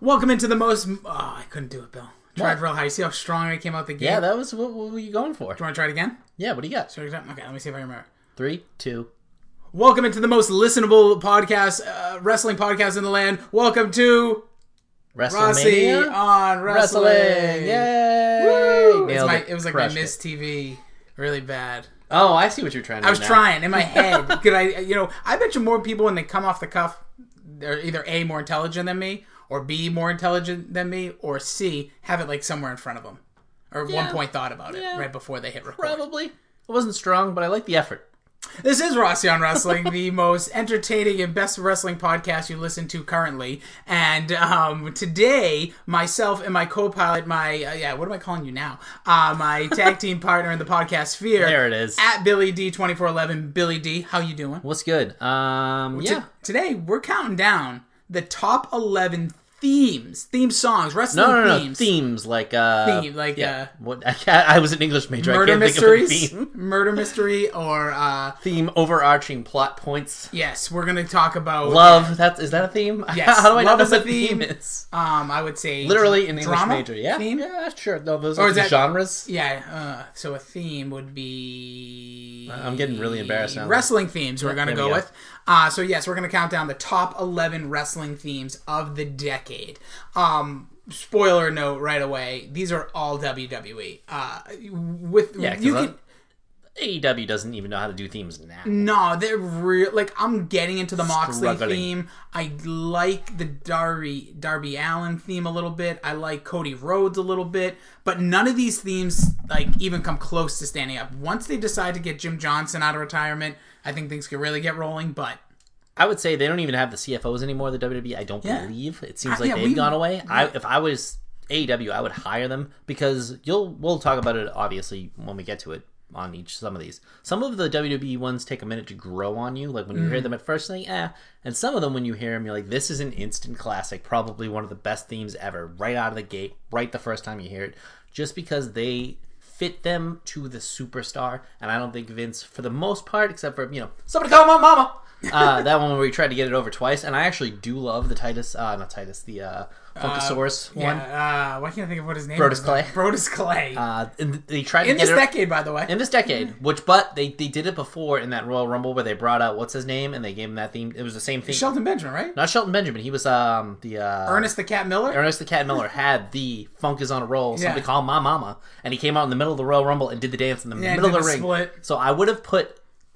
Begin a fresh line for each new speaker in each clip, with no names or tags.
Welcome into the most. Oh, I couldn't do it, Bill. Tried real high. See how strong I came out the gate.
Yeah, that was what, what were you going for?
Do you want to try it again?
Yeah, what do you got?
Try it again? Okay, let me see if I remember.
Three, two.
Welcome into the most listenable podcast, uh, wrestling podcast in the land. Welcome to Rossi
WrestleMania.
on wrestling.
Wrestling. Yay!
Woo! It's
Nailed
my,
it.
it was like
Crushed
my
it.
Miss TV, really bad.
Oh, I see what you're trying to
I
do
was
now.
trying in my head. Could I, you know, I bet you more people when they come off the cuff, they're either A, more intelligent than me, or B, more intelligent than me, or C, have it like somewhere in front of them. Or at one
Yeah.
point thought about it
Yeah.
right before they hit record.
Probably. It wasn't strong, but I like the effort.
This is Rossi on Wrestling, the most entertaining and best wrestling podcast you listen to currently. And um, today, myself and my co-pilot, my uh, yeah, what am I calling you now? Uh, my tag team partner in the podcast sphere.
There it is.
At Billy D twenty four eleven. Billy D, how you doing?
What's good? Um,
T-
yeah.
today we're counting down the top eleven themes, theme songs, wrestling
No, no, no.
themes.
Themes, like uh,
Theme, like, uh,
what? I, can't, I was an English major. I
Murder
can't
mysteries,
think of a theme.
murder mystery, or uh,
Theme overarching plot points.
yes, we're gonna talk about
Love. That's is that a theme?
Yes,
How do I
love
know
is
what
a
a theme
theme.
is?
Um, I would say
Literally an English
drama
major. Yeah.
theme.
Yeah. Sure. No, those
Or
are
is
the
that-
genres.
Yeah, uh, so a theme would be.
I'm getting really embarrassed now.
Wrestling themes we're going to
Uh, there
go
we go.
with. Uh, so, yes, we're going to count down the top 11 wrestling themes of the decade. Um, spoiler note right away these are all WWE. Uh, with
Yeah, 'cause
you
I-
can.
AEW doesn't even know how to do themes now.
No, they're real. Like I'm getting into the Moxley
Struggling.
theme. I like the Darby Darby Allen theme a little bit. I like Cody Rhodes a little bit, but none of these themes like even come close to standing up. Once they decide to get Jim Johnson out of retirement, I think things could really get rolling. But
I would say they don't even have the CFOs anymore. The WWE, I don't
Yeah.
believe. It seems
Uh,
like
yeah,
they've
we-
gone away. I, if I was AEW, I would hire them because you'll we'll talk about it obviously when we get to it on each some of these. Some of the WWE ones take a minute to grow on you. Like when you
Mm-hmm.
hear them at first, you're like eh, and some of them when you hear them, you're like, this is an instant classic. Probably one of the best themes ever, right out of the gate, right the first time you hear it, just because they fit them to the superstar. And I don't think Vince, for the most part, except for you know, somebody call my mama. uh, that one where we tried to get it over twice, and I actually do love the Titus, uh, not Titus, the uh, Funkasaurus one.
yeah, uh, why can't I think of what his name?
Brodus
is?
Clay.
Brodus Clay.
Uh, and they tried
in
to get
this Mm-hmm.
it
decade, by the way.
in this decade, which but they, they did it before in that Royal Rumble where they brought out what's his name and they gave him that theme. It was the same theme,
Shelton Benjamin, right?
not Shelton Benjamin. He was um the uh,
Ernest the Cat Miller.
Ernest the Cat Miller had the Funk is on a roll. Somebody
Yeah.
called my mama, and he came out in the middle of the Royal Rumble and did the dance in the
Yeah,
middle of
did
the,
the
ring.
split.
So I would have put,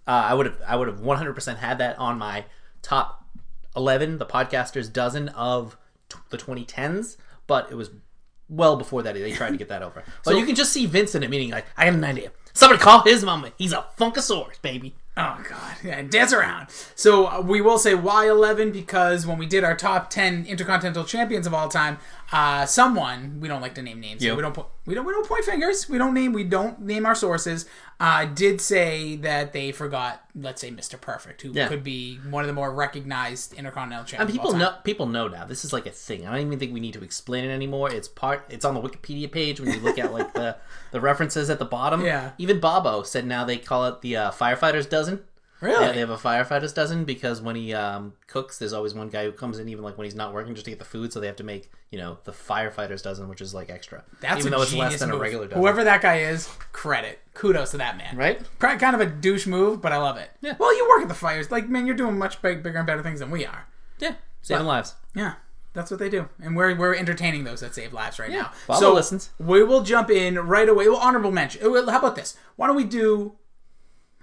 uh, I would have, I would have one hundred percent had that on my top eleven, the podcasters dozen of t- the twenty tens. But it was well before that. They tried to get that over. But you can just see Vincent at meeting like, I got an idea. Somebody call his mama. He's a Funkasaurus, baby.
Oh god, yeah, dance around. So uh, we will say why eleven because when we did our top ten intercontinental champions of all time, uh, someone we don't like to name names. so
Yeah.
We don't po- we don't we don't point fingers. We don't name we don't name our sources. Uh, did say that they forgot, let's say Mr. Perfect, who
Yeah.
could be one of the more recognized intercontinental champions. of all
People
time.
know. People know now. This is like a thing. I don't even think we need to explain it anymore. It's part. It's on the Wikipedia page when you look at like the the references at the bottom.
Yeah.
Even Bobo said now they call it the uh, firefighters dozen.
Really?
Yeah, they have a firefighters dozen because when he um, cooks, there's always one guy who comes in, even like when he's not working, just to get the food. So they have to make you know the firefighters dozen, which is like extra.
That's
even
a
though it's less
genius
than
move.
a regular dozen.
Whoever that guy is, credit. Kudos to that man.
Right?
Pri- Kind of a douche move, but I love it.
Yeah.
Well, you work at the fires. Like, man, you're doing much big, bigger and better things than we are.
yeah, saving lives.
Yeah, that's what they do, and we're we're entertaining those that save lives right now.
Baba
so
listens.
We will jump in right away. Well, honorable mention. uh, well, How about this? Why don't we do?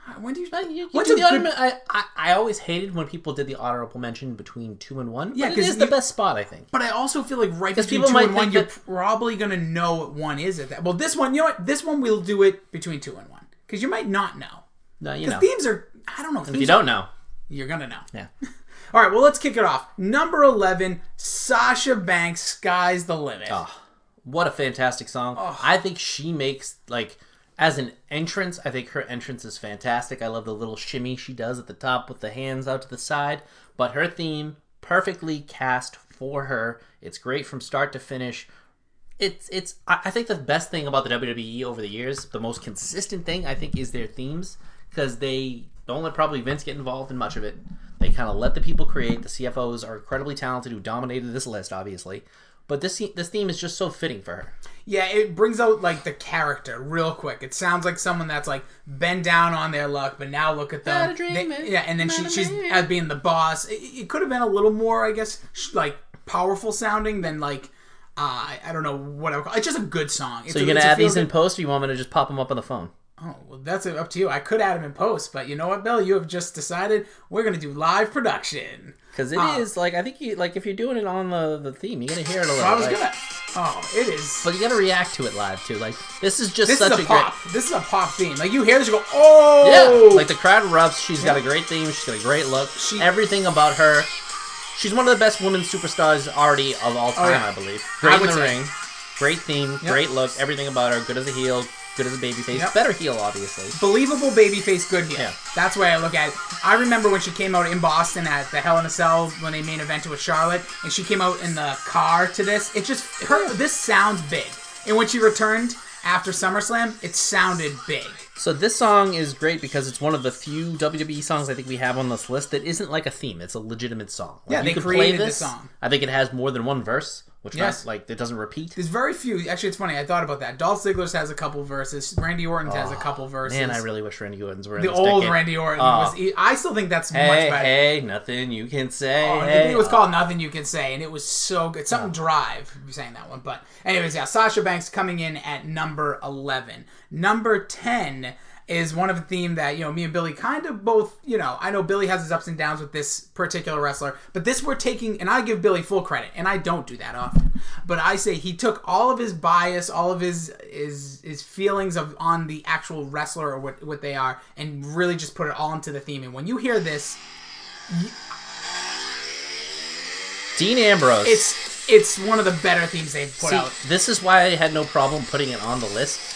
uh, When do you?
Uh, You- you
what's
do
a
the
good-
honor- I, I I always hated when people did the honorable mention between two and one.
Yeah,
but it
'cause
is the
you-
best spot, I think.
But I also feel like right between
people
two
might
and one,
think
you're
that-
probably gonna know what one is at that. Well, this one, you know what? This one we'll do it between two and one because you might not know.
No, you know.
Themes are. I don't know.
If you
Themes are,
don't know,
you're gonna know.
yeah.
All right. Well, let's kick it off. Number eleven, Sasha Banks. Sky's the limit.
Oh. What a fantastic song. I think she makes like as an entrance, I think her entrance is fantastic. I love the little shimmy she does at the top with the hands out to the side, but her theme perfectly cast for her. It's great from start to finish. It's it's I I think the best thing about the WWE over the years, the most consistent thing I think is their themes because they don't let probably Vince get involved in much of it. They kind of let the people create. The CFOs are incredibly talented who dominated this list, obviously. But this this theme is just so fitting for her.
Yeah, it brings out like the character real quick. It sounds like someone that's like been down on their luck, but now look at them.
Not a dream,
They-
man.
yeah, and then she,
Not a
she's
man.
as being the boss. It, it could have been a little more, I guess, sh- like powerful sounding than like uh, I I don't know what I would call. It's just a good song. It's
So
a-
you're gonna
it's a
add these
feel-good-
in post, or you want me to just pop them up on the phone?
Oh, well, that's up to you. I could add them in post, but you know what, Bill? You have just decided we're going to do live production.
Because it is
Uh,
like I think you like if you're doing it on the, the theme, you're gonna hear it a little.
I was
like-
going to. Oh, it is.
but you gotta react to it live too. Like this is just
this
such
is a,
a
pop.
great.
This is a pop theme. Like, you hear this, you go, oh!
Yeah, like the crowd erupts. She's got a great theme. She's got a great look.
She-
Everything about her. She's one of the best women superstars already of all time,
Oh, yeah.
I believe. Great in
would
the
say.
ring, great theme, great look, everything about her. Good as a heel, good as a babyface,
Yep.
better heel, obviously.
believable babyface good heel.
Yeah.
That's the way I look at it. I remember when she came out in Boston at the Hell in a Cell when they main evented with Charlotte, and she came out in the car to this. It just her this sounds big. And when she returned after SummerSlam, it sounded big.
So this song is great because it's one of the few WWE songs I think we have on this list that isn't like a theme. It's a legitimate song. Like,
Yeah,
you
they
could
created the
play this.
song.
I think it has more than one verse, which
Yes.
yes. like it doesn't repeat.
There's very few. Actually, it's funny. I thought about that. Dolph Ziggler's has a couple verses. Randy Orton has a couple verses.
Oh, Man, I really wish Randy Orton's were in
the
this
old
decade.
Randy Orton
Oh.
was. he- I still think that's much
Hey,
better.
hey, nothing you can say.
Oh, I
hey.
think it was called Nothing You Can Say, and it was so good. Something Drive, if you're saying that one. But, anyways, yeah, Sasha Banks coming in at number 11. Number 10 is one of a theme that, you know, me and Billy kind of both, you know, I know Billy has his ups and downs with this particular wrestler, but this we're taking, and I give Billy full credit, and I don't do that often, but I say he took all of his bias, all of his his, his feelings of on the actual wrestler or what, what they are, and really just put it all into the theme. And when you hear this,
Dean Ambrose.
It's it's one of the better themes they've put
See,
out.
this is why I had no problem putting it on the list.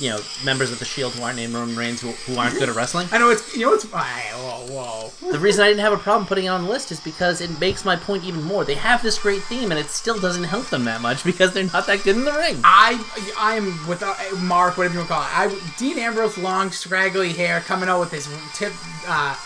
You know, members of the Shield E who aren't named Roman Reigns who, who aren't good at wrestling.
I know it's you know it's I- whoa whoa.
The reason I didn't have a problem putting it on the list is because it makes my point even more. They have this great theme, and it still doesn't help them that much because they're not that good in the ring.
I I am without Mark whatever you want to call it. I Dean Ambrose long straggly hair coming out with his tip uh,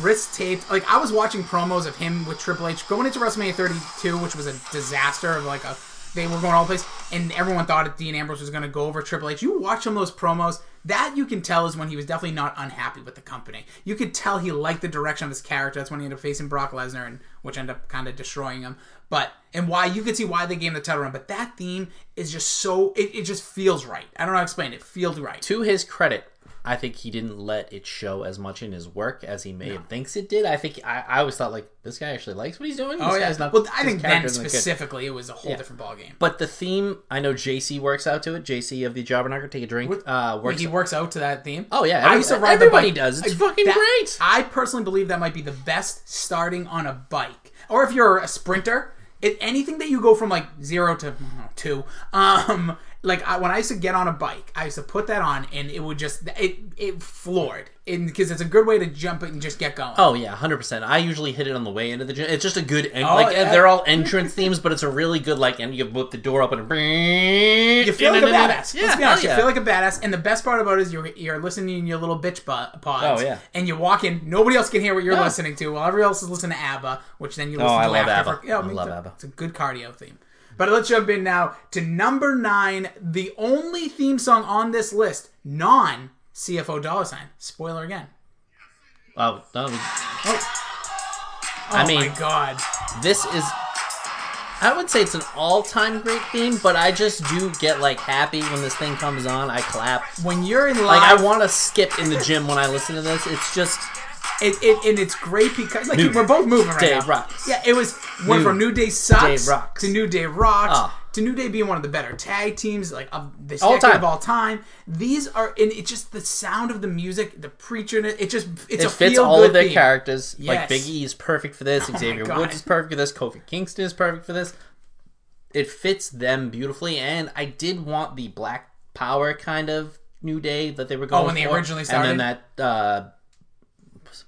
wrist taped. Like I was watching promos of him with Triple H going into WrestleMania 32, which was a disaster of like a they were going all place and everyone thought that Dean Ambrose was going to go over Triple H. You watch him those promos, that you can tell is when he was definitely not unhappy with the company. You could tell he liked the direction of his character. That's when he ended up facing Brock Lesnar and which ended up kind of destroying him. But and why you could see why they gave him the title run, but that theme is just so it, it just feels right. I don't know how to explain it. It Feels right.
to his credit, I think he didn't let it show as much in his work as he may have thinks it did. I think I, I always thought like this guy actually likes what he's doing. This guy's not-
Oh, well, I
this
think
character
then
isn't good.
specifically it was a whole different ballgame.
But the theme, I know JC works out to it. JC of the Jobber Knocker, take a drink. Uh, works.
He works out to that theme.
oh yeah,
I used to ride
everybody
the bike.
does. It's
Like,
fucking
that-
great.
I personally believe that might be the best starting on a bike, or if you're a sprinter, it, anything that you go from like zero to mm, two. Um, like I, when I used to get on a bike, I used to put that on, and it would just it it floored, because it's a good way to jump it and just get going.
Oh yeah, hundred percent. I usually hit it on the way into the gym. It's just a good en- like
Oh, yeah.
they're all entrance themes, but it's a really good like and you whip the door up and
You feel like a badass.
Yeah,
Let's be honest.
hell yeah.
You feel like a badass, and the best part about it is you're you're listening in your little bitch bu- pods.
Oh, yeah.
And you walk in, nobody else can hear what you're listening to, while everyone else is listening to ABBA, which then you listen
Oh, I
to
love
after.
ABBA.
For, yeah,
I
me
love
too.
ABBA.
It's a good cardio theme. But let's jump in now to number nine, the only theme song on this list, non CFO dollar sign. Spoiler again.
oh, no,
Oh
I mean-
my god.
this is. I would say it's an all-time great theme, but I just do get like happy when this thing comes on. I clap.
When you're in live,
Like I want to skip in the gym when I listen to this. It's just
it, it and it's great because like
New
we're both moving right
Day
now.
rocks.
Yeah, it was went
New
from New Day sucks
Day rocks.
to New Day rocks
Ah.
to New Day being one of the better tag teams like of this
All
decade
time.
of all time. These are and it's just the sound of the music, the preacher. in It it just it's a
it fits
feel
all
good
of their
theme.
characters.
Yes. Oh
Like Big E is perfect for this. Xavier
God.
Woods is perfect for this. Kofi Kingston is perfect for this. It fits them beautifully, and I did want the Black Power kind of New Day that they were going.
Oh, when they
for.
originally
and then that uh,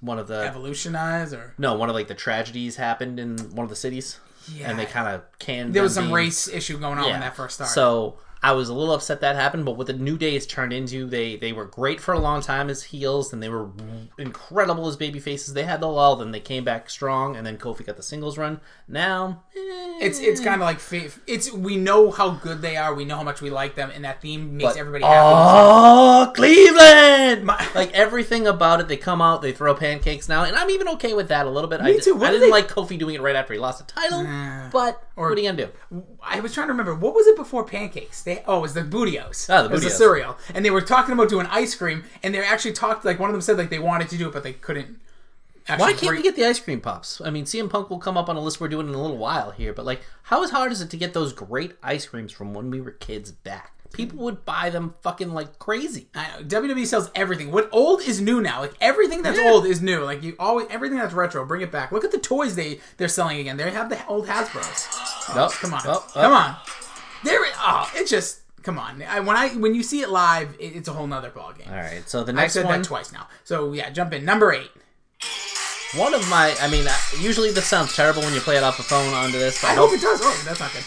one of the
Evolutionize or
no one of like the tragedies happened in one of the cities,
yeah,
and they kind of canned.
there was
them
some
being-
race issue going on
yeah.
when that first started.
So I was a little upset that happened, but what the New Day has turned into, they they were great for a long time as heels, and they were incredible as baby faces. They had the lull, then they came back strong, and then Kofi got the singles run. Now, eh,
It's it's kind of like fa- it's we know how good they are, we know how much we like them, and that theme makes
But-
everybody happy.
oh Cleveland! My- like everything about it, they come out, they throw pancakes now, and I'm even okay with that a little bit. I,
Me
di-
too. What
I
do
didn't
they-
like Kofi doing it right after he lost the title, but what are you gonna do?
I was trying to remember what was it before pancakes? They oh, it was the Budios.
Ah, the
It was the
Budios.
cereal, and they were talking about doing ice cream, and they actually talked like one of them said like they wanted to do it, but they couldn't. Actually
Why can't
break-
we get the ice cream pops? I mean, CM Punk will come up on a list we're doing in a little while here, but like, how hard is it to get those great ice creams from when we were kids back? People would buy them fucking like crazy.
I know. WWE sells everything. What old is new now. Like everything that's old is new. Like you always everything that's retro, bring it back. Look at the toys they they're selling again. They have the old Hasbro's.
Oh,
Come on,
oh, oh.
come on. There, it- oh, it just come on. I, when I when you see it live, it, it's a whole nother ballgame.
All right, so the
I
next
said
one,
that twice now. So yeah, jump in number eight.
one of my, I mean, I- usually this sounds terrible when you play it off a phone onto this. But
I hope it does. Oh, that's not good.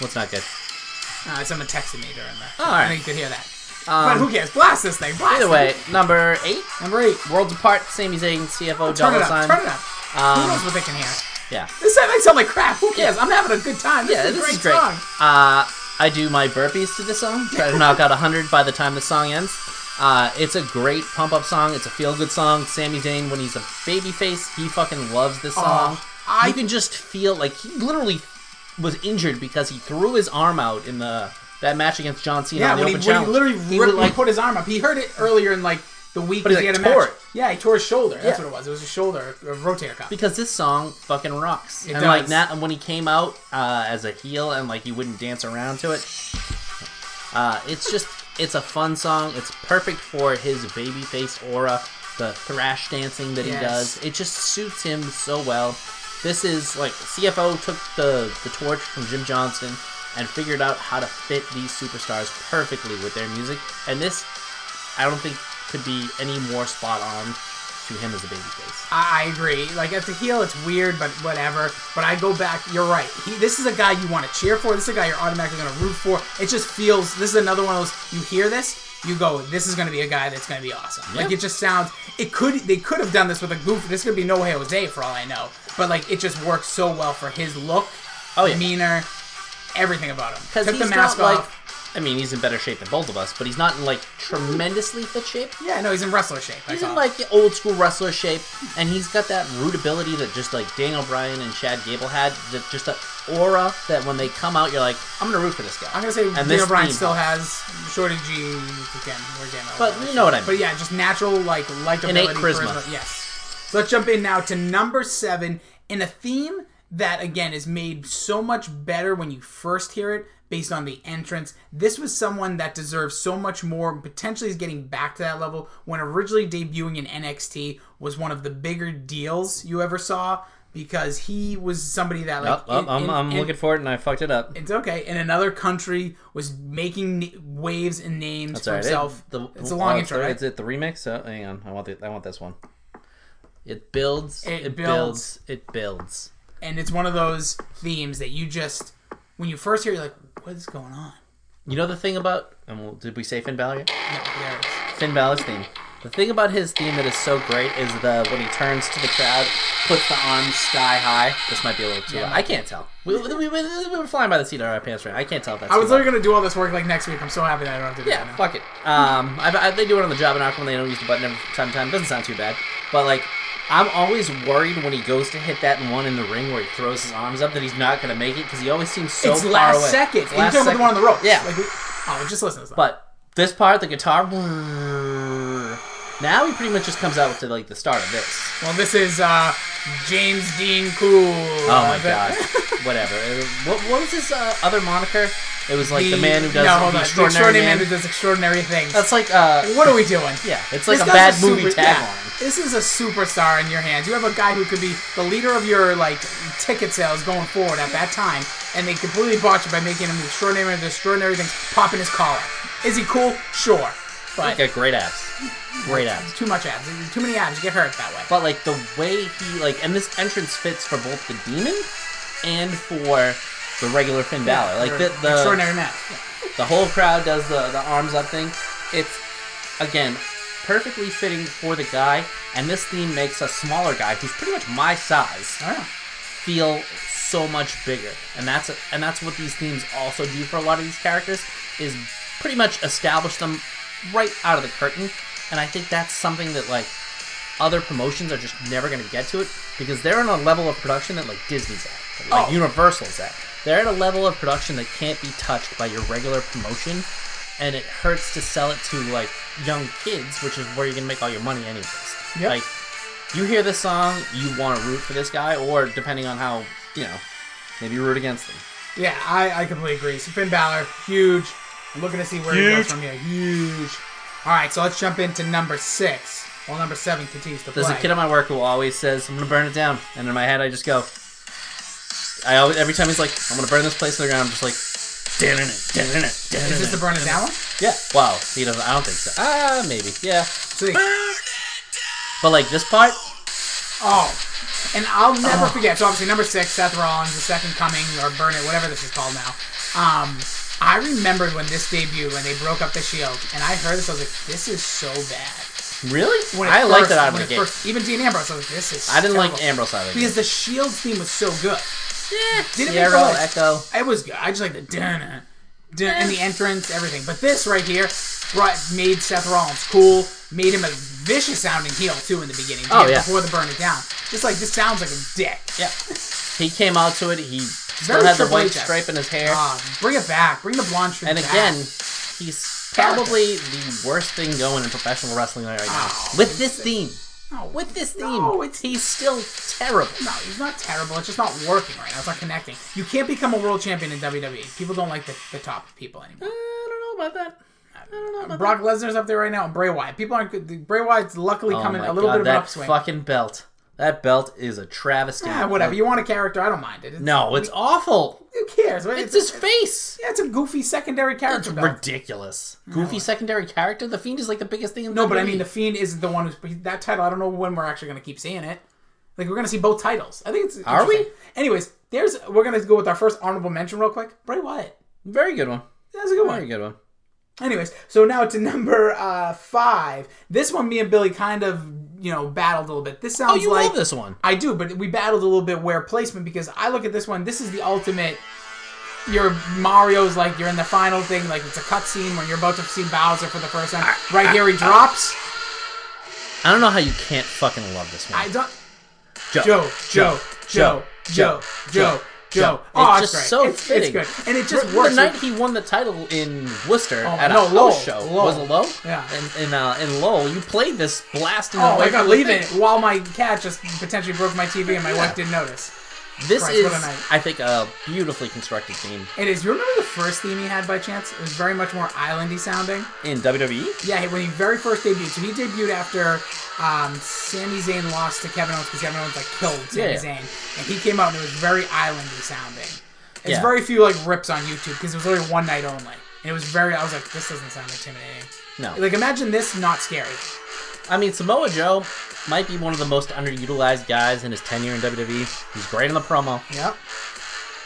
What's not good?
Uh, someone texted me during that.
All right.
I think you could hear that. but
Um,
who cares? Blast this thing. Blast
Either
it.
way, number eight,
number eight.
worlds apart. Sami Zayn, CFO,
Turn
dollar
it up.
sign.
Turn it up. who
Um,
knows what they can hear?
Yeah,
This sound- might sound like crap. Who cares? I'm having a good time. This
yeah,
is a
this
great
is great.
song.
Uh, I do my burpees to this song. Try to knock out hundred by the time the song ends. Uh, it's a great pump up song. It's a feel good song. Sami Zayn, when he's a baby face, he fucking loves this song.
I-
you can just feel like he literally was injured because he threw his arm out in the that match against John Cena.
Yeah,
on the
when he,
open
when he
challenge.
literally
He
ripped,
would, like,
he put his arm up. He heard it earlier in like the week. But
he,
he had
like,
a match.
tore it.
Yeah, he tore his shoulder. That's
Yeah.
what it was. It was his shoulder, a rotator cuff.
because this song fucking rocks.
It
and
does.
like that, and when he came out uh, as a heel and like he wouldn't dance around to it, uh, it's just it's a fun song. It's perfect for his babyface aura, the thrash dancing that
Yes.
he does. It just suits him so well. This is like CFO took the the torch from Jim Johnston and figured out how to fit these superstars perfectly with their music. And this, I don't think, could be any more spot on to him as a babyface.
I, I agree. Like as a heel, it's weird, but whatever. But I go back. You're right. He, this is a guy you want to cheer for. This is a guy you're automatically going to root for. It just feels. This is another one of those. You hear this, you go. This is going to be a guy that's going to be awesome. Like
Yeah.
it just sounds. It could. They could have done this with a goof. This could be No Way Jose for all I know. But like it just works so well for his look,
Oh, yeah.
demeanor, everything about him.
because
Took
he's
the mask
not
off.
like. I mean, he's in better shape than both of us, but he's not in like tremendously fit shape.
Yeah, no, he's in wrestler shape. That's
He's in
all.
like old school wrestler shape, and he's got that rootability that just like Daniel Bryan and Chad Gable had. That just that aura that when they come out, you're like, I'm gonna root for this guy.
I'm gonna say
and
Daniel Bryan
theme.
still has shorty G again. We're getting over
But
that.
you know what I mean.
But yeah, just natural like likability,
Innate charisma.
Yes. So let's jump in now to number seven in a theme that again is made so much better when you first hear it based on the entrance. This was someone that deserves so much more and potentially is getting back to that level when originally debuting in NXT was one of the bigger deals you ever saw because he was somebody that like
Oh, oh,
in-
I'm,
in-
I'm
in-
looking for it, and I fucked it up.
it's okay. In another country, was making n- waves and names for
Sorry,
himself.
it- the-
it's a long
oh,
intro.
sorry,
right?
Is it the remix? Oh, hang on, I want the, I want this one. It builds.
It
It,
builds.
builds. It builds.
and it's one of those themes that you just, when you first hear, it, you're like, "What is going on?"
You know the thing about. And we'll, did we say Finn Balor? yet?
No, there it is.
Finn Balor's theme. The thing about his theme that is so great is the when he turns to the crowd, puts the arms sky high. This might be a little too. loud. I can't tell. We, we, we, we were flying by the seat of our pants, right? I can't tell if that's.
I was
too loud.
literally gonna do all this work like next week. I'm so happy that I don't have to do
Yeah,
that now.
fuck it. Um, I, I, they do it on the job in Aquaman. They don't use the button every time. Time doesn't sound too bad, but like. I'm always worried when he goes to hit that one in the ring where he throws his arms up that he's not going to make it because he always seems so
it's
far
last
away.
second.
It's
You're talking about the
second.
one on the ropes.
Yeah.
Like, oh, just listen to this.
But this part, the guitar. Now he pretty much just comes out to like the start of this.
well, this is uh, James Dean Cool.
Oh my god. Whatever. Uh, What, what was his uh, other moniker? It was like the, man who does
no, hold
the
on.
extraordinary, man.
man who does extraordinary things.
That's like uh
what are we doing?
yeah, it's like
This
a
guy's
bad movie
super- yeah.
tagline.
This is a superstar in your hands. You have a guy who could be the leader of your like ticket sales going forward at that time, and they completely botch it by making him the extraordinary and extraordinary things, popping his collar. Is he cool? Sure, but
Got great abs. Great abs.
too much abs. Too many abs. You get hurt that way.
But like the way he like, and this entrance fits for both the demon and for the regular Finn Balor. Like
Or
the the,
extraordinary match. Yeah.
the whole crowd does the the arms up thing. It's again perfectly fitting for the guy, and this theme makes a smaller guy who's pretty much my size
Oh, yeah.
feel so much bigger. And that's and that's what these themes also do for a lot of these characters is pretty much establish them right out of the curtain. And I think that's something that like other promotions are just never going to get to it because they're on a level of production that like Disney's at, like
Oh.
Universal's at. They're at a level of production that can't be touched by your regular promotion, and it hurts to sell it to like young kids, which is where you're gonna make all your money anyways.
Yep.
Like you hear this song, you want to root for this guy, or depending on how you know, maybe you root against them.
Yeah, I, I completely agree. So Finn Balor, huge. I'm looking to see where he
Huge.
goes from here. Huge. All right, so let's jump into number six. Well, number seven continues to play.
There's a kid at my work who always says, "I'm gonna burn it down," and in my head, I just go. I always, every time he's like, "I'm gonna burn this place to the ground," I'm just like, "Damn it, damn it, damn it."
Is this the burn it down one?
Yeah. Wow. He doesn't. I don't think so. Ah, maybe. Yeah.
See.
But like this part,
Oh, and I'll never
Oh.
forget. So obviously, number six, Seth Rollins, the Second Coming, or Burn It, whatever this is called now. Um, I remembered when this debuted, when they broke up the Shield, and I heard this. I was like, this is so bad.
really,
When it
I like
first-
that out of
when
the
it
gate.
first- even Dean Ambrose, I was like, this is.
I didn't like
terrible.
Ambrose out of the
because
gate.
the Shield theme was so good.
Yeah.
Didn't make the
Sierra
list.
Echo.
It was good. I just like the dinner, dinner, and the entrance, everything. But this right here brought made Seth Rollins cool, made him a vicious sounding heel too in the beginning.
Oh,
yeah,
yeah.
before the burn it down. Just like this sounds like a dick.
Yeah. He came out to it. He still
Very
had the
Triple
white
H-esque.
stripe in his hair.
Um, bring it back. Bring the blonde streak
and
back.
again, he's probably the worst thing going in professional wrestling right now.
Oh,
with this theme.
no,
With this theme.
No, it's-
he's still terrible.
no, he's not terrible. It's just not working right now. It's not connecting. You can't become a world champion in WWE. People don't like the, the top people anymore.
I don't know about that. I don't know about
Brock Lesnar's up there right now, and Bray Wyatt. People aren't. good- Bray Wyatt's luckily
that. Oh
coming
my
a little
God,
bit of an
that
upswing.
fucking belt. That belt is a travesty.
Yeah, whatever. You want a character? I don't mind it. It's-
No, it's awful.
Who cares?
It's his face.
Yeah, it's a goofy secondary character. belt.
Ridiculous. Goofy secondary character. The Fiend is like the biggest thing in
no, but I
WWE.
mean, the Fiend isn't the one who's that title. I don't know when we're actually going to keep seeing it. Like we're going to see both titles. I think it's.
Are we?
interesting. Anyways, there's we're going to go with our first honorable mention real quick. Bray Wyatt.
very good one.
That's a good
Very
one.
good one.
Anyways, so now to number uh, five. This one, me and Billy kind of you know battled a little bit. This sounds
Oh, you
like
love this one.
I do, but we battled a little bit where placement because I look at this one. This is the ultimate. Your Mario's like you're in the final thing, like it's a cutscene when you're about to see Bowser for the first time. Right here, he drops.
I don't know how you can't fucking love this one.
I don't.
Joe,
Joe, Joe, Joe, Joe, Joe, Joe. Oh,
It's
it's
just
great.
so
it's, it's
fitting.
good, and it just
The
works. Oh,
night he won the title in Worcester at
no,
a
Lowell,
house show
Lowell.
was it Low?
Yeah.
In in, uh, in Lowell, you played this blasting.
oh
away
my god,
from the
leave it
thing.
while my cat just potentially broke my TV and my wife didn't notice.
This
Christ,
is,
what a night.
I think, a beautifully constructed theme
It is. You remember the first theme he had by chance? It was very much more islandy sounding.
in E. WWE.
Yeah, when he very first debuted. So he debuted after um, Sami Zayn lost to Kevin Owens because Kevin Owens like killed Sami
Yeah, yeah.
Zayn, and he came out and it was very islandy sounding. It's
Yeah.
very few like rips on YouTube because it was only one night only, and it was very. I was like, this doesn't sound intimidating.
No,
Like imagine this not scary.
I mean Samoa Joe might be one of the most underutilized guys in his tenure in WWE. He's great in the promo.
Yep.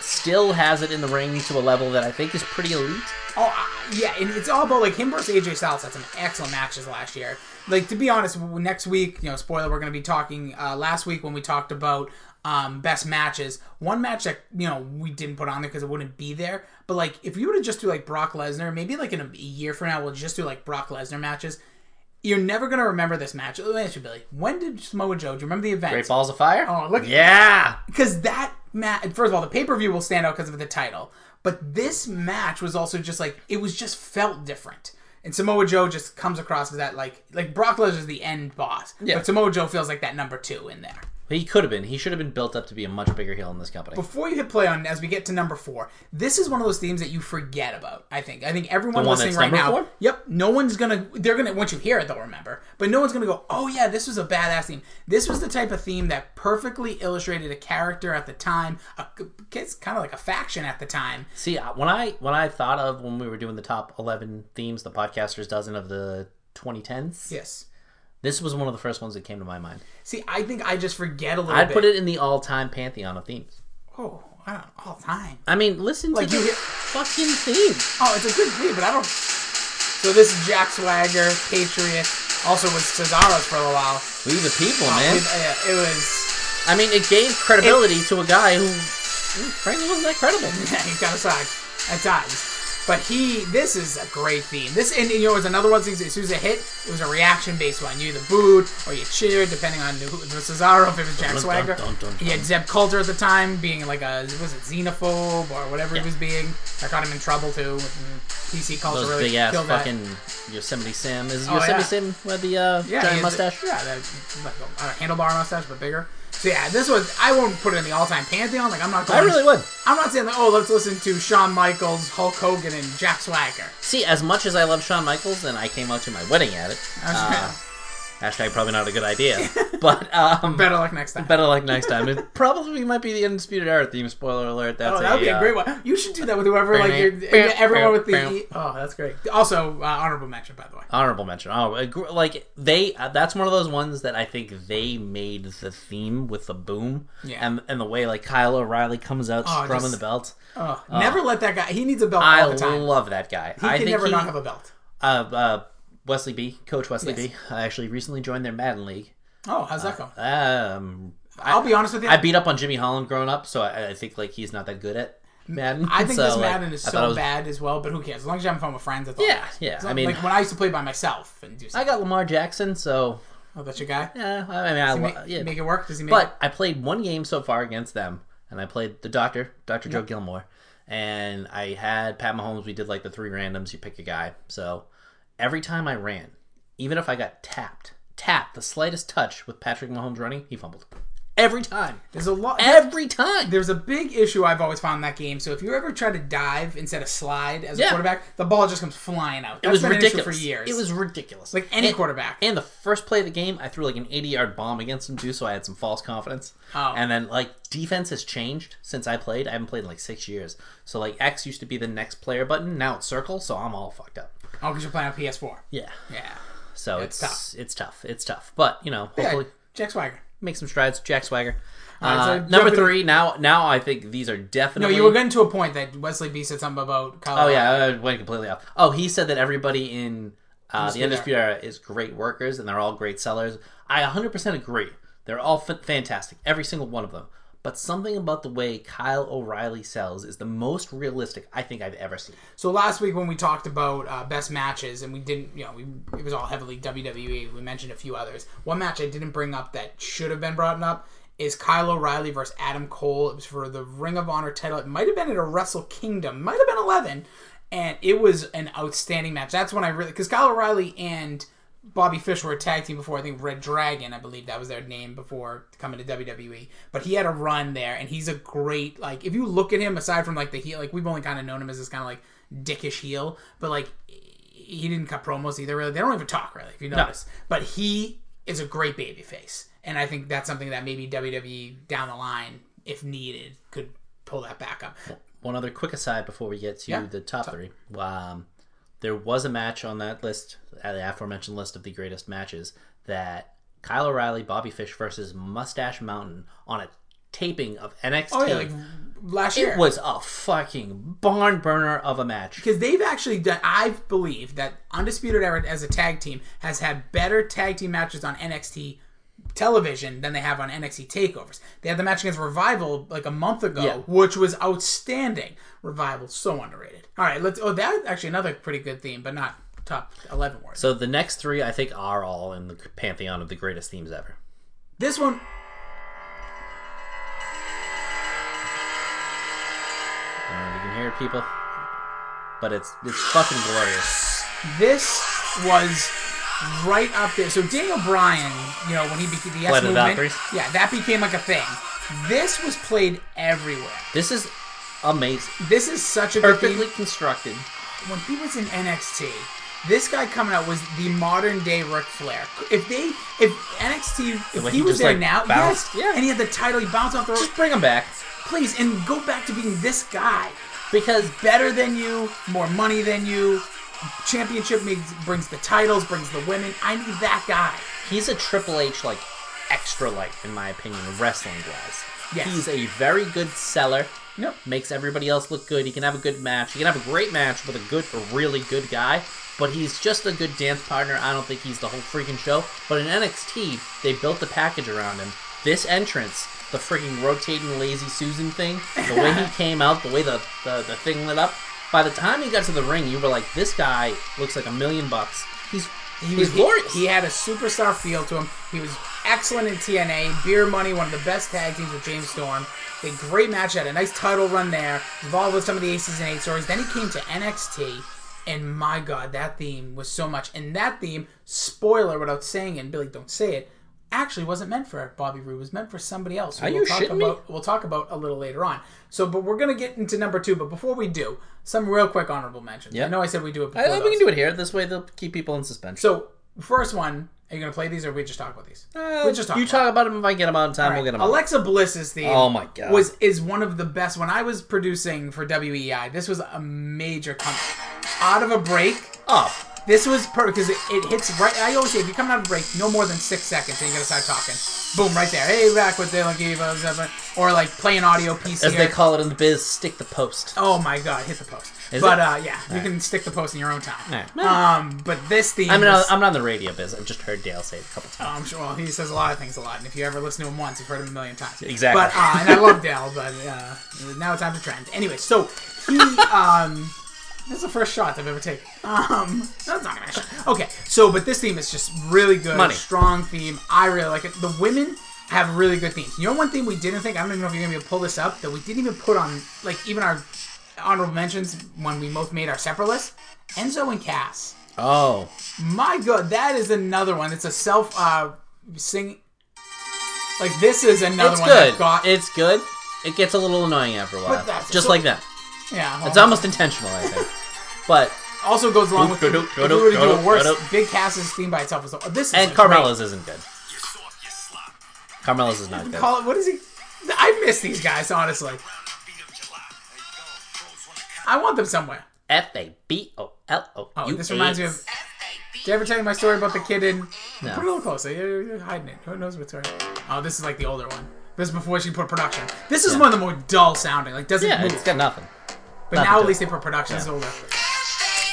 Still has it in the ring to a level that I think is pretty elite.
Oh uh, yeah, and it's all about like him versus AJ Styles had some excellent matches last year. Like to be honest, w- next week, you know, spoiler, we're going to be talking. Uh, last week when we talked about um, best matches, one match that you know we didn't put on there because it wouldn't be there. But like if you were to just do like Brock Lesnar, maybe like in a year from now we'll just do like Brock Lesnar matches. You're never going to remember this match. Let me ask you, Billy. When did Samoa Joe? Do you remember the event?
Great balls of fire.
Oh, look-
Yeah.
because that match first of all the pay-per-view will stand out because of the title but this match was also just like it was just felt different and Samoa Joe just comes across as that like like Brock Lesnar's the end boss
Yeah.
but Samoa Joe feels like that number 2 in there
He could have been. He should have been built up to be a much bigger heel in this company.
before you hit play on as we get to number 4 this is one of those themes that you forget about I think I think everyone
The one
listening
that's
right
number
now
four?
yep no one's going to they're going to once you hear it they'll remember but no one's going to go oh yeah this was a badass theme this was the type of theme that perfectly illustrated a character at the time a, it's kind of like a faction at the time
See, I- when I when I thought of when we were doing the top eleven themes, the podcasters dozen of the 2010s,
Yes.
this was one of the first ones that came to my mind.
See, I think I just forget a little
I'd
bit.
put it in the all time pantheon of themes.
Oh, I don't all time.
I mean, listen
Like,
to
you
the
hear-
fucking theme.
Oh, it's a good beat, but I don't. So this is Jack Swagger, Patriot. Also was Cesaro's for a little while.
We the people,
Oh,
man.
we- yeah, it was.
I mean, it gave credibility to a guy who, who frankly wasn't that credible.
Yeah, he kind of sucked at times. But he, this is a great theme. This, and you know, it was another one. As soon as it hit, it was a reaction-based one. You either booed or you cheered, depending on who it was Cesaro, if it was Jack
dun,
Swagger.
dun, dun,
He had
dun.
Zeb Coulter at the time, being like a was it xenophobe or whatever
Yeah.
he was being. That got him in trouble too. And PC culture
Those
really
big ass
killed that.
fucking Yosemite Sam. Is
Oh,
Yosemite
yeah.
Sam with the
Yeah,
uh, giant
he has the-
mustache?
yeah, that like, uh, handlebar mustache, but bigger. So yeah, this was. I won't put it in the all-time pantheon. Like I'm not. Going,
I really would.
I'm not saying like, oh, let's listen to Shawn Michaels, Hulk Hogan, and Jack Swagger.
See, as much as I love Shawn Michaels, and I came out to my wedding at it.
Oh,
Uh, hashtag probably not a good idea, but um,
Better luck next time.
better luck next time. It probably might be the Undisputed Era theme. Spoiler alert. That's
Oh, that would
a,
be a
uh,
great one. You should do that with whoever, like you're, yeah, everyone with the. Oh, that's great. Also, uh, honorable mention, by the way.
honorable mention. Oh, I gr- like they uh, that's one of those ones that I think they made the theme with the boom
Yeah.
and and the way like Kyle O'Reilly comes out
Oh,
strumming
just-
the belt.
Oh, never let that guy. He needs a belt
I
all the time.
love that guy.
he
I
can
think
never
he,
not have a belt.
uh, uh, Wesley B, Coach Wesley
Yes.
B, I actually recently joined their Madden league.
Oh, how's that going?
Um, Uh, I,
I'll be honest with you.
I beat up on Jimmy Holland growing up, so I, I think like he's not that good at Madden.
I think
so,
this
like,
Madden is
I thought it
so
was-
bad as well, but who cares? As long as you're having fun with friends, that's all.
Yeah,
that matters.
yeah,
So,
I mean-
like when I used to play by myself and do
I
something.
got Lamar Jackson, so
oh, that's your guy.
yeah. I mean, I,
Make,
lo- yeah.
make it work? Does he make?
But I played one game so far against them, and I played the Doctor, Doctor Joe Gilmore, and I had Pat Mahomes. We did like the three randoms. You pick a guy. So every time I ran, even if I got tapped, tapped the slightest touch with Patrick Mahomes running, he fumbled. Every time.
there's a lot.
Every time.
There's a big issue I've always found in that game. So if you ever try to dive instead of slide as a
Yeah.
quarterback, the ball just comes flying out.
It was
been
ridiculous.
An issue for years.
It was ridiculous.
like any
and,
quarterback.
And the first play of the game, I threw like an 80 yard bomb against them too, so I had some false confidence.
Oh.
And then like defense has changed since I played. I haven't played in like six years. So like X used to be the next player button. Now it's circle, so I'm all fucked up.
oh, because you're playing on PS4.
Yeah.
Yeah.
So
It's
it's it's tough. It's tough. But you know,
Yeah.
hopefully
Jack Swagger.
make some strides. Jack Swagger.
right, so
Uh,
jump
number
in-
three. Now now I think these are
No,
definitely.
you were getting to a point that Wesley B said something about Colorado.
Oh yeah, I went completely off. Oh, he said that everybody in uh, the
Undisputed
Undisputed Era is great workers and they're all great sellers. I 100% agree. They're all f- fantastic, every single one of them. But something about the way Kyle O'Reilly sells is the most realistic I think I've ever seen.
So last week when we talked about uh, best matches, and we didn't, you know, we it was all heavily WWE. We mentioned a few others. One match I didn't bring up that should have been brought up is Kyle O'Reilly versus Adam Cole. It was for the Ring of Honor title. It might have been at a Wrestle Kingdom, might have been eleven, and it was an outstanding match. That's when I really because Kyle O'Reilly and Bobby Fish were a tag team before. I think Red Dragon, I believe that was their name before coming to WWE. But he had a run there, and he's a great like. If you look at him, aside from like the heel, like we've only kind of known him as this kind of like dickish heel, but like he didn't cut promos either. Really, they don't even talk really. If you notice, but he is a great baby face, and I think that's something that maybe WWE down the line, if needed, could pull that back up.
One other quick aside before we get to
Yeah,
the top three. Um, there was a match on that list, uh, the aforementioned list of the greatest matches, that Kyle O'Reilly, Bobby Fish versus Mustache Mountain on a taping of NXT.
Oh yeah, like last year
It was a fucking barn burner of a match.
because they've actually done. I believe that Undisputed Era as a tag team has had better tag team matches on NXT television than they have on NXT takeovers. They had the match against Revival like a month ago,
Yeah.
which was outstanding. Revival so underrated. All right, let's. Oh, that actually another pretty good theme, but not top eleven words.
So the next three, I think, are all in the pantheon of the greatest themes ever.
this one.
I don't know if you can hear it, people, but it's it's fucking glorious.
this was right up there. So Daniel Bryan, you know, when he became the
Play
S
the
movement,
Valkyries?
yeah, that became like a thing. This was played everywhere.
This is amazing,
This is such a good
perfectly
theme.
constructed.
When he was in NXT, this guy coming out was the modern day Ric Flair. If they, if NXT, if
way
he,
he
was
just,
there
like,
now,
bounced.
yes,
Yeah.
and he had the title, he bounced off the rope.
Just bring them back
Please, and go back to being this guy.
because
better than you, more money than you. Championship makes, brings the titles, brings the women. I need that guy.
he's a Triple H like extra light in my opinion, wrestling wise.
Yes.
He's a very good seller.
Yep.
Makes everybody else look good. He can have a good match. He can have a great match with a good, a really good guy. But he's just a good dance partner. I don't think he's the whole freaking show. But in NXT, they built the package around him. This entrance, the freaking rotating lazy Susan thing, the way he came out, the way the, the, the thing lit up. By the time he got to the ring, you were like, this guy looks like a million bucks. He's
He
he's
was
glorious.
He, had a superstar feel to him. He was excellent in TNA. Beer Money, one of the best tag teams with James Storm. A great match, had a nice title run there. Involved with some of the aces and eight stories. Then he came to NXT, and my God, that theme was so much. And that theme, spoiler without saying it, and Billy, don't say it. Actually, wasn't meant for Bobby Roode. It Was meant for somebody else. who
Are
we'll
you
talk
shitting me?
about, We'll talk about a little later on. So, but we're gonna get into number two. But before we do, some real quick honorable mentions. I
Yep.
know I said we do it. Before
I think we
those.
can do it here. This way they'll keep people in suspension.
So first one, are you gonna play these or we just talk about these?
Uh,
we just talk.
you
about
talk about him if I get him on time.
them.
We'll get him. on.
Alexa Bliss's theme.
Oh my God.
Was is one of the best. When I was producing for WEI, this was a major come out of a break.
Oh,
This was perfect because it, it hits right. I always say if you come out of a break, no more than six seconds, and you're gonna start talking. Boom, right there. Hey, back with Dylan Giva, or like play an audio piece
as
here.
they call it in the biz, stick the post.
oh my god, hit the post.
Is
but
it?
uh, yeah, you can stick the post in your own time.
All right.
Um, but this theme.
I mean,
was-
I'm not on the radio biz. I've just heard Dale say it a couple times.
Oh, I'm sure. Well, he says a lot of things a lot, and if you ever listen to him once, you've heard him a million times.
Exactly.
But uh, and I love Dale, but uh, now it's time to trend. Anyway, so he um, this is the first shot I've ever taken. Um, that's not gonna be a shot. Okay, so but this theme is just really good,
Money.
strong theme. I really like it. The women have really good themes. You know, one thing we didn't think I don't even know if you're gonna be able to pull this up that we didn't even put on like even our honorable mentions when we both made our separate list. Enzo and Cass.
Oh,
My god, that is another one. It's a self uh sing like this is another
it's
one
good.
that got
It's good. It gets a little annoying after a while,
that's-
just
so-
like that.
yeah. hold
It's
on.
almost intentional, I think. but
also goes along with if
Go-do,
we
go-do,
were to do
go-do,
a worse.
go-do.
Big Cass's theme by itself was this is
and
a
Carmella's isn't good. Carmella's is not
great-
good.
Call it what is he? I miss these guys honestly. I want them somewhere.
F A B O L O
Oh,
U.
this reminds me of. Did I ever tell you my story about the kid in?
No.
Put it a little closer. You're, you're hiding it. Who knows what story? Oh, this is like the older one. This is before she put production. This is one of the more dull sounding. Like doesn't
Yeah,
move.
it's got nothing.
But
Not
now
the
at least they put productions over.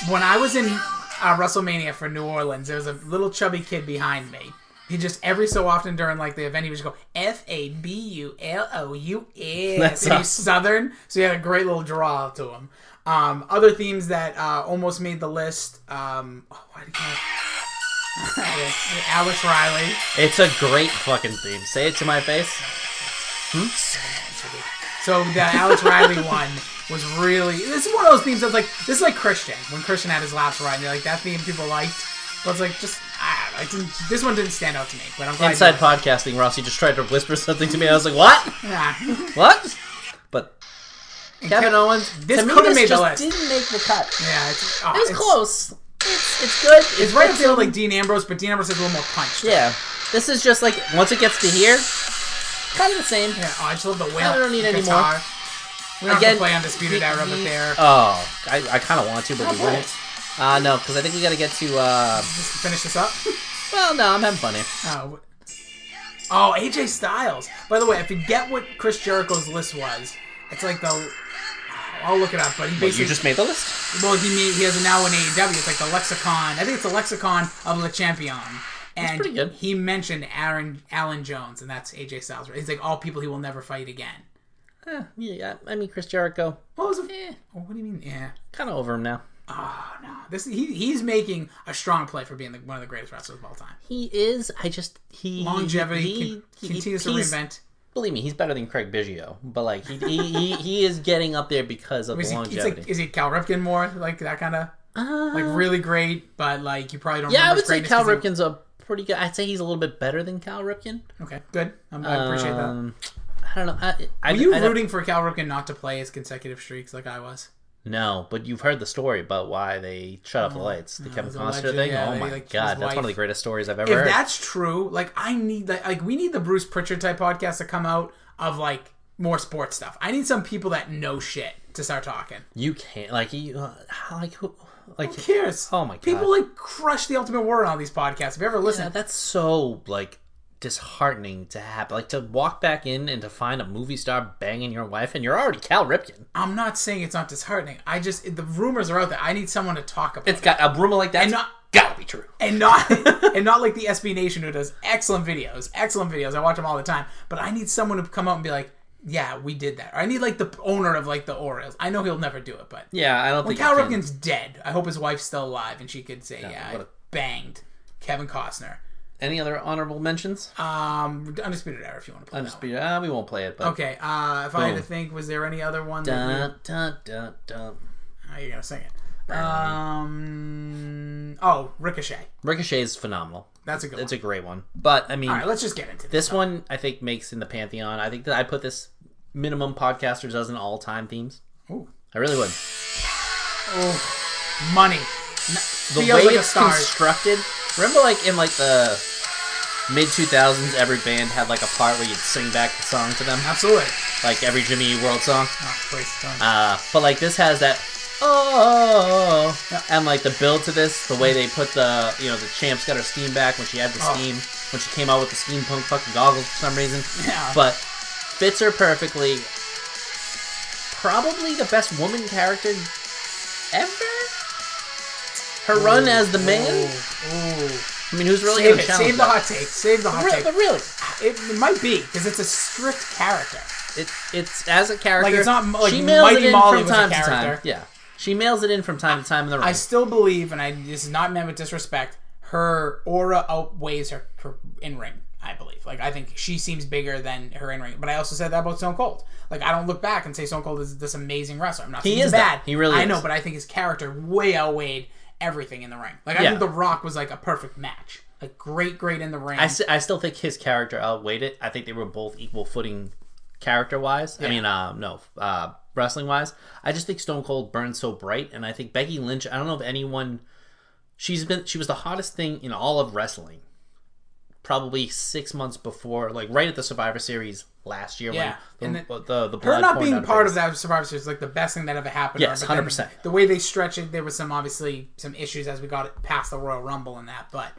When I was in uh, WrestleMania for New Orleans, there was a little chubby kid behind me. He just every so often during like the event, he would just go F A B U L O U S.
That's
And
awesome.
he's Southern, so he had a great little draw to him. Um, other themes that uh, almost made the list. Um, oh, why did I- Alex Riley.
It's a great fucking theme. Say it to my face.
So the Alex Riley one was really. This is one of those themes that's like this is like Christian when Christian had his last run. They're like that theme people liked, but it's like just I don't know. It didn't, this one didn't stand out to me. But I'm glad.
Inside podcasting, Rossi just tried to whisper something to me. I was like, "What?
Yeah.
What?" But Kevin
Kev-
Owens.
this
to me,
coulda
this
made the
just
list.
Didn't make the cut.
yeah, it's, oh,
It was
it's-
close. It's, it's good. It's,
It's right up there with, like Dean Ambrose, but Dean Ambrose has a little more punch.
yeah. This is just like once it gets to here, kind of the same.
Yeah, oh, I just love the wail.
I don't need any
guitar.
more.
We don't have
Again,
to play Undisputed
we-
Era, but
we-
there.
Oh, I, I kind of want to, but
Oh,
we
boy.
won't. Uh, no, because I think we got to get to. Uh,
Just to finish this up.
well, no, I'm having fun here.
Oh, wh- oh, AJ Styles. By the way, I forget what Chris Jericho's list was. It's like the. I'll look it up, but he basically.
made the list.
well, he made, he has a now an AEW. It's like the lexicon. I think it's the lexicon of Le Champion. And
pretty good.
he mentioned Aaron Alan Jones, and that's AJ Styles. He's like all people he will never fight again.
Eh, yeah, I mean Chris Jericho.
What was it?
Eh,
Oh, what do you mean? Yeah,
kind of over him now.
this he, he's making a strong play for being the, one of the greatest wrestlers of all time.
He is. I just he
Longevity
he-
con-
he-
continues to
he's-
reinvent.
Believe me, he's better than Craig Biggio, but like he he, he, he is getting up there because of
Is
the
he, it's
longevity.
like, is he Cal Ripken more like that kind of?
Uh,
like really great, but like you probably don't.
yeah, I
remember
would
his
say
greatness
Cal
'cause he-
Ripken's a pretty good. I'd say he's a little bit better than Cal Ripken.
Okay, good. I'm, I appreciate that.
Um, I don't know. I, I,
Were you
I don't-
rooting for Cal Ripken not to play his consecutive streaks like I was?
No, but you've heard the story about why they shut off the lights, the Kevin
was a
Costner
Oh, legend,
thing.
yeah,
oh
they,
my
like,
god,
his
that's one
wife-
of the greatest stories I've ever
If
heard.
that's true, like I need like, like we need the Bruce Pritchard type podcast to come out of like more sports stuff. I need some people that know shit to start talking.
You can't like you uh, like who like
Who cares?
Oh my god,
People like crush the Ultimate War on all these podcasts. If you ever listen,
Yeah, that's so like disheartening to happen. Like to walk back in and to find a movie star banging your wife, and you're already Cal Ripken.
I'm not saying it's not disheartening. I just the rumors are out there. I need someone to talk about
It's got a rumor like that.
And not-
gotta be true.
and not and not like the SB Nation who does excellent videos, excellent videos. I watch them all the time. But I need someone to come out and be like, "Yeah, we did that." Or I need like the owner of like the Orioles. I know he'll never do it, but
Yeah, I don't think
Cal
you can-
Ripken's dead. I hope his wife's still alive and she could say, "Yeah, I
what a-
banged Kevin Costner."
Any other honorable mentions?
Um, Undisputed Era, if you want to play. that
Undisputed. Uh, we won't play it, but.
one. Okay. Uh, if I had to think, was there any other one? That we-
Dun, dun, dun, dun.
How you gonna sing it? Um. Oh, Ricochet.
Ricochet is phenomenal.
That's a good
It's
one.
a great one. But I mean,
All right, let's just get into this.
this one I think makes in the pantheon. I think that I put this minimum podcaster dozen all time themes.
Ooh.
I really would.
Money.
The
Feels
way
like a
it's
star.
constructed. Remember, like in like the mid two thousands, every band had like a part where you'd sing back the song to them,
Absolutely.
like every Jimmy Eat World song.
Oh, please don't.
Uh, but like this has that oh,
Yeah.
and like the build to this, the way they put the you know the champ's got her steam back when she had the
Oh.
steam when she came out with the steampunk fucking goggles for some reason.
Yeah.
But fits her perfectly. Probably the best woman character ever. Her run as the man.
Ooh. ooh.
I mean, who's really
Save
gonna
it.
challenge
Save the
that?
hot take. Save the hot
Re-
take.
but really,
It, it might be because it's a strict character.
it, it's as a character.
Like, it's not mo- like
she mails
Mighty
it in
Molly
from
was a
time to time.
character.
Yeah, she mails it in from time to time in the
I
run.
still believe, and I this is not meant with disrespect. Her aura outweighs her, her in ring. I believe. Like I think she seems bigger than her in ring. But I also said that about Stone Cold. Like I don't look back and say Stone Cold is this amazing wrestler. I'm not. He
is
bad.
that. He really
I know,
is.
but I think his character way outweighed everything in the ring. Like I
Yeah.
think The Rock was like a perfect match. Like great, great in the ring.
I, s- I still think his character outweighed it. I think they were both equal footing character wise. I mean, uh, no, uh, wrestling wise. I just think Stone Cold burned so bright, and I think Becky Lynch. I don't know if anyone. She's been she was the hottest thing in all of wrestling. Probably six months before, like right at the Survivor Series last year.
Yeah,
when
and
the
then-
the, the, the
Her
blood
not
poured out
being part
her
of that Survivor Series is like the best thing that ever happened. to her,
Yes,
but then
100%.
The way they stretch it, there was some obviously some issues as we got it past the Royal Rumble and that, but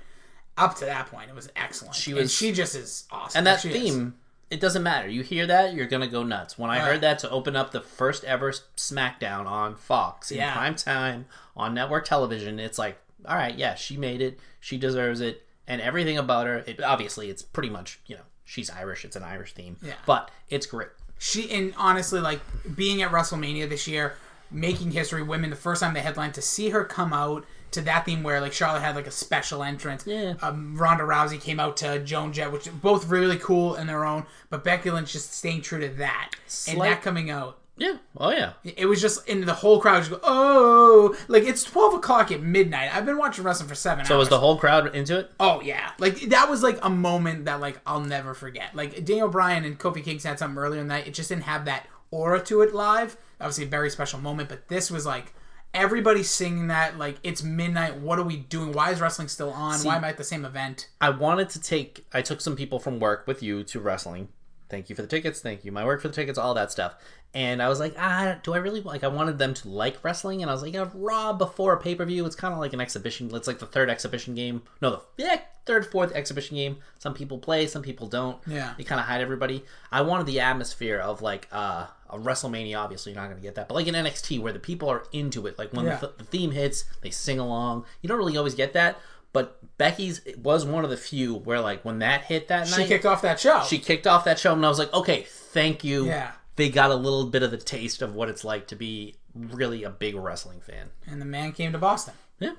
up to that point, it was excellent. She
was-
and she just is awesome.
And that
She is.
theme, it doesn't matter. You hear that, you're gonna go nuts. When I heard that to open up the first ever SmackDown on Fox in
Yeah.
prime time on network television, it's like, all right, yeah, she made it, she deserves it, and everything about her. It obviously, it's pretty much you know she's Irish. It's an Irish theme,
Yeah.
but it's great.
she and honestly, like being at WrestleMania this year, making history, women the first time they headlined to see her come out to that theme where like Charlotte had like a special entrance.
Yeah.
Um, Ronda Rousey came out to Joan Jett, which both really cool in their own, but Becky Lynch just staying true to that and
Slight-
that coming out.
Yeah. Oh yeah.
It was just in the whole crowd just go, oh, like it's twelve o'clock at midnight. I've been watching wrestling for seven
So
hours.
was the whole crowd into it?
oh yeah, like that was like a moment that like I'll never forget. Like Daniel Bryan and Kofi Kingston had something earlier in the night. It just didn't have that aura to it live. Obviously, a very special moment, but this was like everybody singing that. Like it's midnight. What are we doing? Why is wrestling still on? Why am I at the same event?
I wanted to take I took some people from work with you to wrestling. Thank you for the tickets. Thank you, my work for the tickets, all that stuff. And I was like, ah, do I really like? I wanted them to like wrestling, and I was like, a Raw before a pay per view, it's kind of like an exhibition. It's like the third exhibition game. No, the yeah, third, fourth exhibition game. Some people play, some people don't.
Yeah.
they kind of hide everybody. I wanted the atmosphere of like uh, a WrestleMania. Obviously, you're not going to get that, but like in NXT, where the people are into it. Like when
Yeah.
the, th- the theme hits, they sing along. You don't really always get that, but Becky's was one of the few where like when that hit that
She
night,
kicked off that show.
she kicked off that show, and I was like, okay, thank you.
Yeah.
They got a little bit of the taste of what it's like to be really a big wrestling fan.
and the man came to Boston.
Yeah.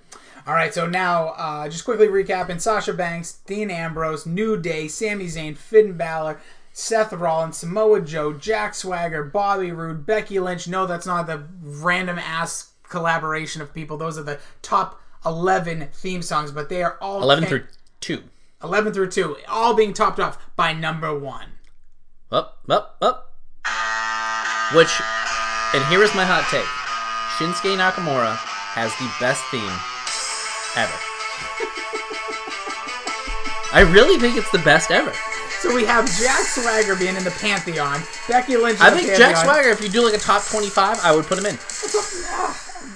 All right, so now uh, just quickly recapping: Sasha Banks, Dean Ambrose, New Day, Sami Zayn, Finn Balor, Seth Rollins, Samoa Joe, Jack Swagger, Bobby Roode, Becky Lynch. No, that's not the random ass collaboration of people. Those are the top eleven theme songs, but they are all
Eleven
fin-
through two.
eleven through two, all being topped off by number one.
Up, up, up. Which, and here is my hot take: Shinsuke Nakamura has the best theme ever. I really think it's the best ever.
So we have Jack Swagger being in the pantheon, Becky Lynch. in
I
the
think Jack
pantheon.
Swagger, if you do like a top 25, I would put him in.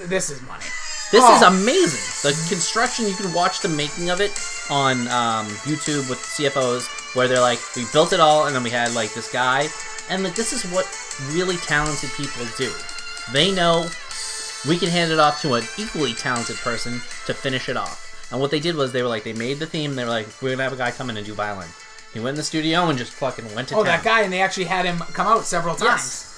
This is money.
This
Oh.
is amazing. The construction, you can watch the making of it on um, YouTube with CFOs. where they're like, we built it all, and then we had like this guy, and like this is what really talented people do. They know we can hand it off to an equally talented person to finish it off. And what they did was they were like, they made the theme. They were like, we're gonna have a guy come in and do violin. He went in the studio and just fucking went to
Oh,
town.
that guy, and they actually had him come out several times.
Yes.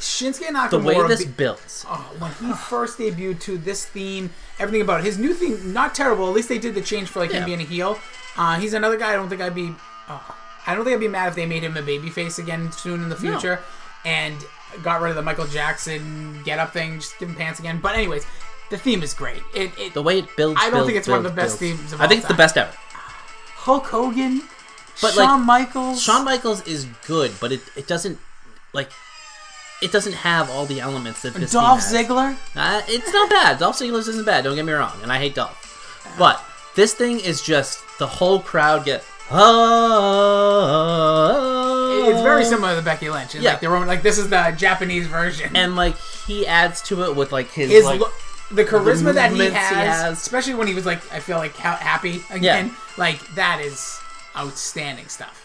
Shinsuke
The
Nakamura.
way this
be-
builds.
Oh, when he first debuted to this theme, everything about it. His new theme, not terrible. At least they did the change for like him
Yeah.
being a heel. Uh, he's another guy. I don't think I'd be. Oh, I don't think I'd be mad if they made him a babyface again soon in the future, and got rid of the Michael Jackson get up thing, just give him pants again. But anyways, the theme is great. It, it
The way it builds.
I don't
builds,
think it's one of
builds,
the best
builds.
themes of
I
all
think it's the
time.
best ever.
Hulk Hogan,
But, like,
Shawn Michaels,
Shawn Michaels is good, but it, it doesn't like it doesn't have all the elements that this
Dolph
theme has.
Ziggler.
Uh, it's not bad. Dolph Ziggler's isn't bad. Don't get me wrong, and I hate Dolph, but this thing is just the whole crowd get. "Ah." Oh,
It's very similar to the Becky Lynch. It's
Yeah.
like the Roman, like this is the Japanese version.
and like he adds to it with like his,
his
like,
lo- the charisma that he has,
movements he has.
especially when he was like, I feel like ha- happy again. Like that is outstanding stuff.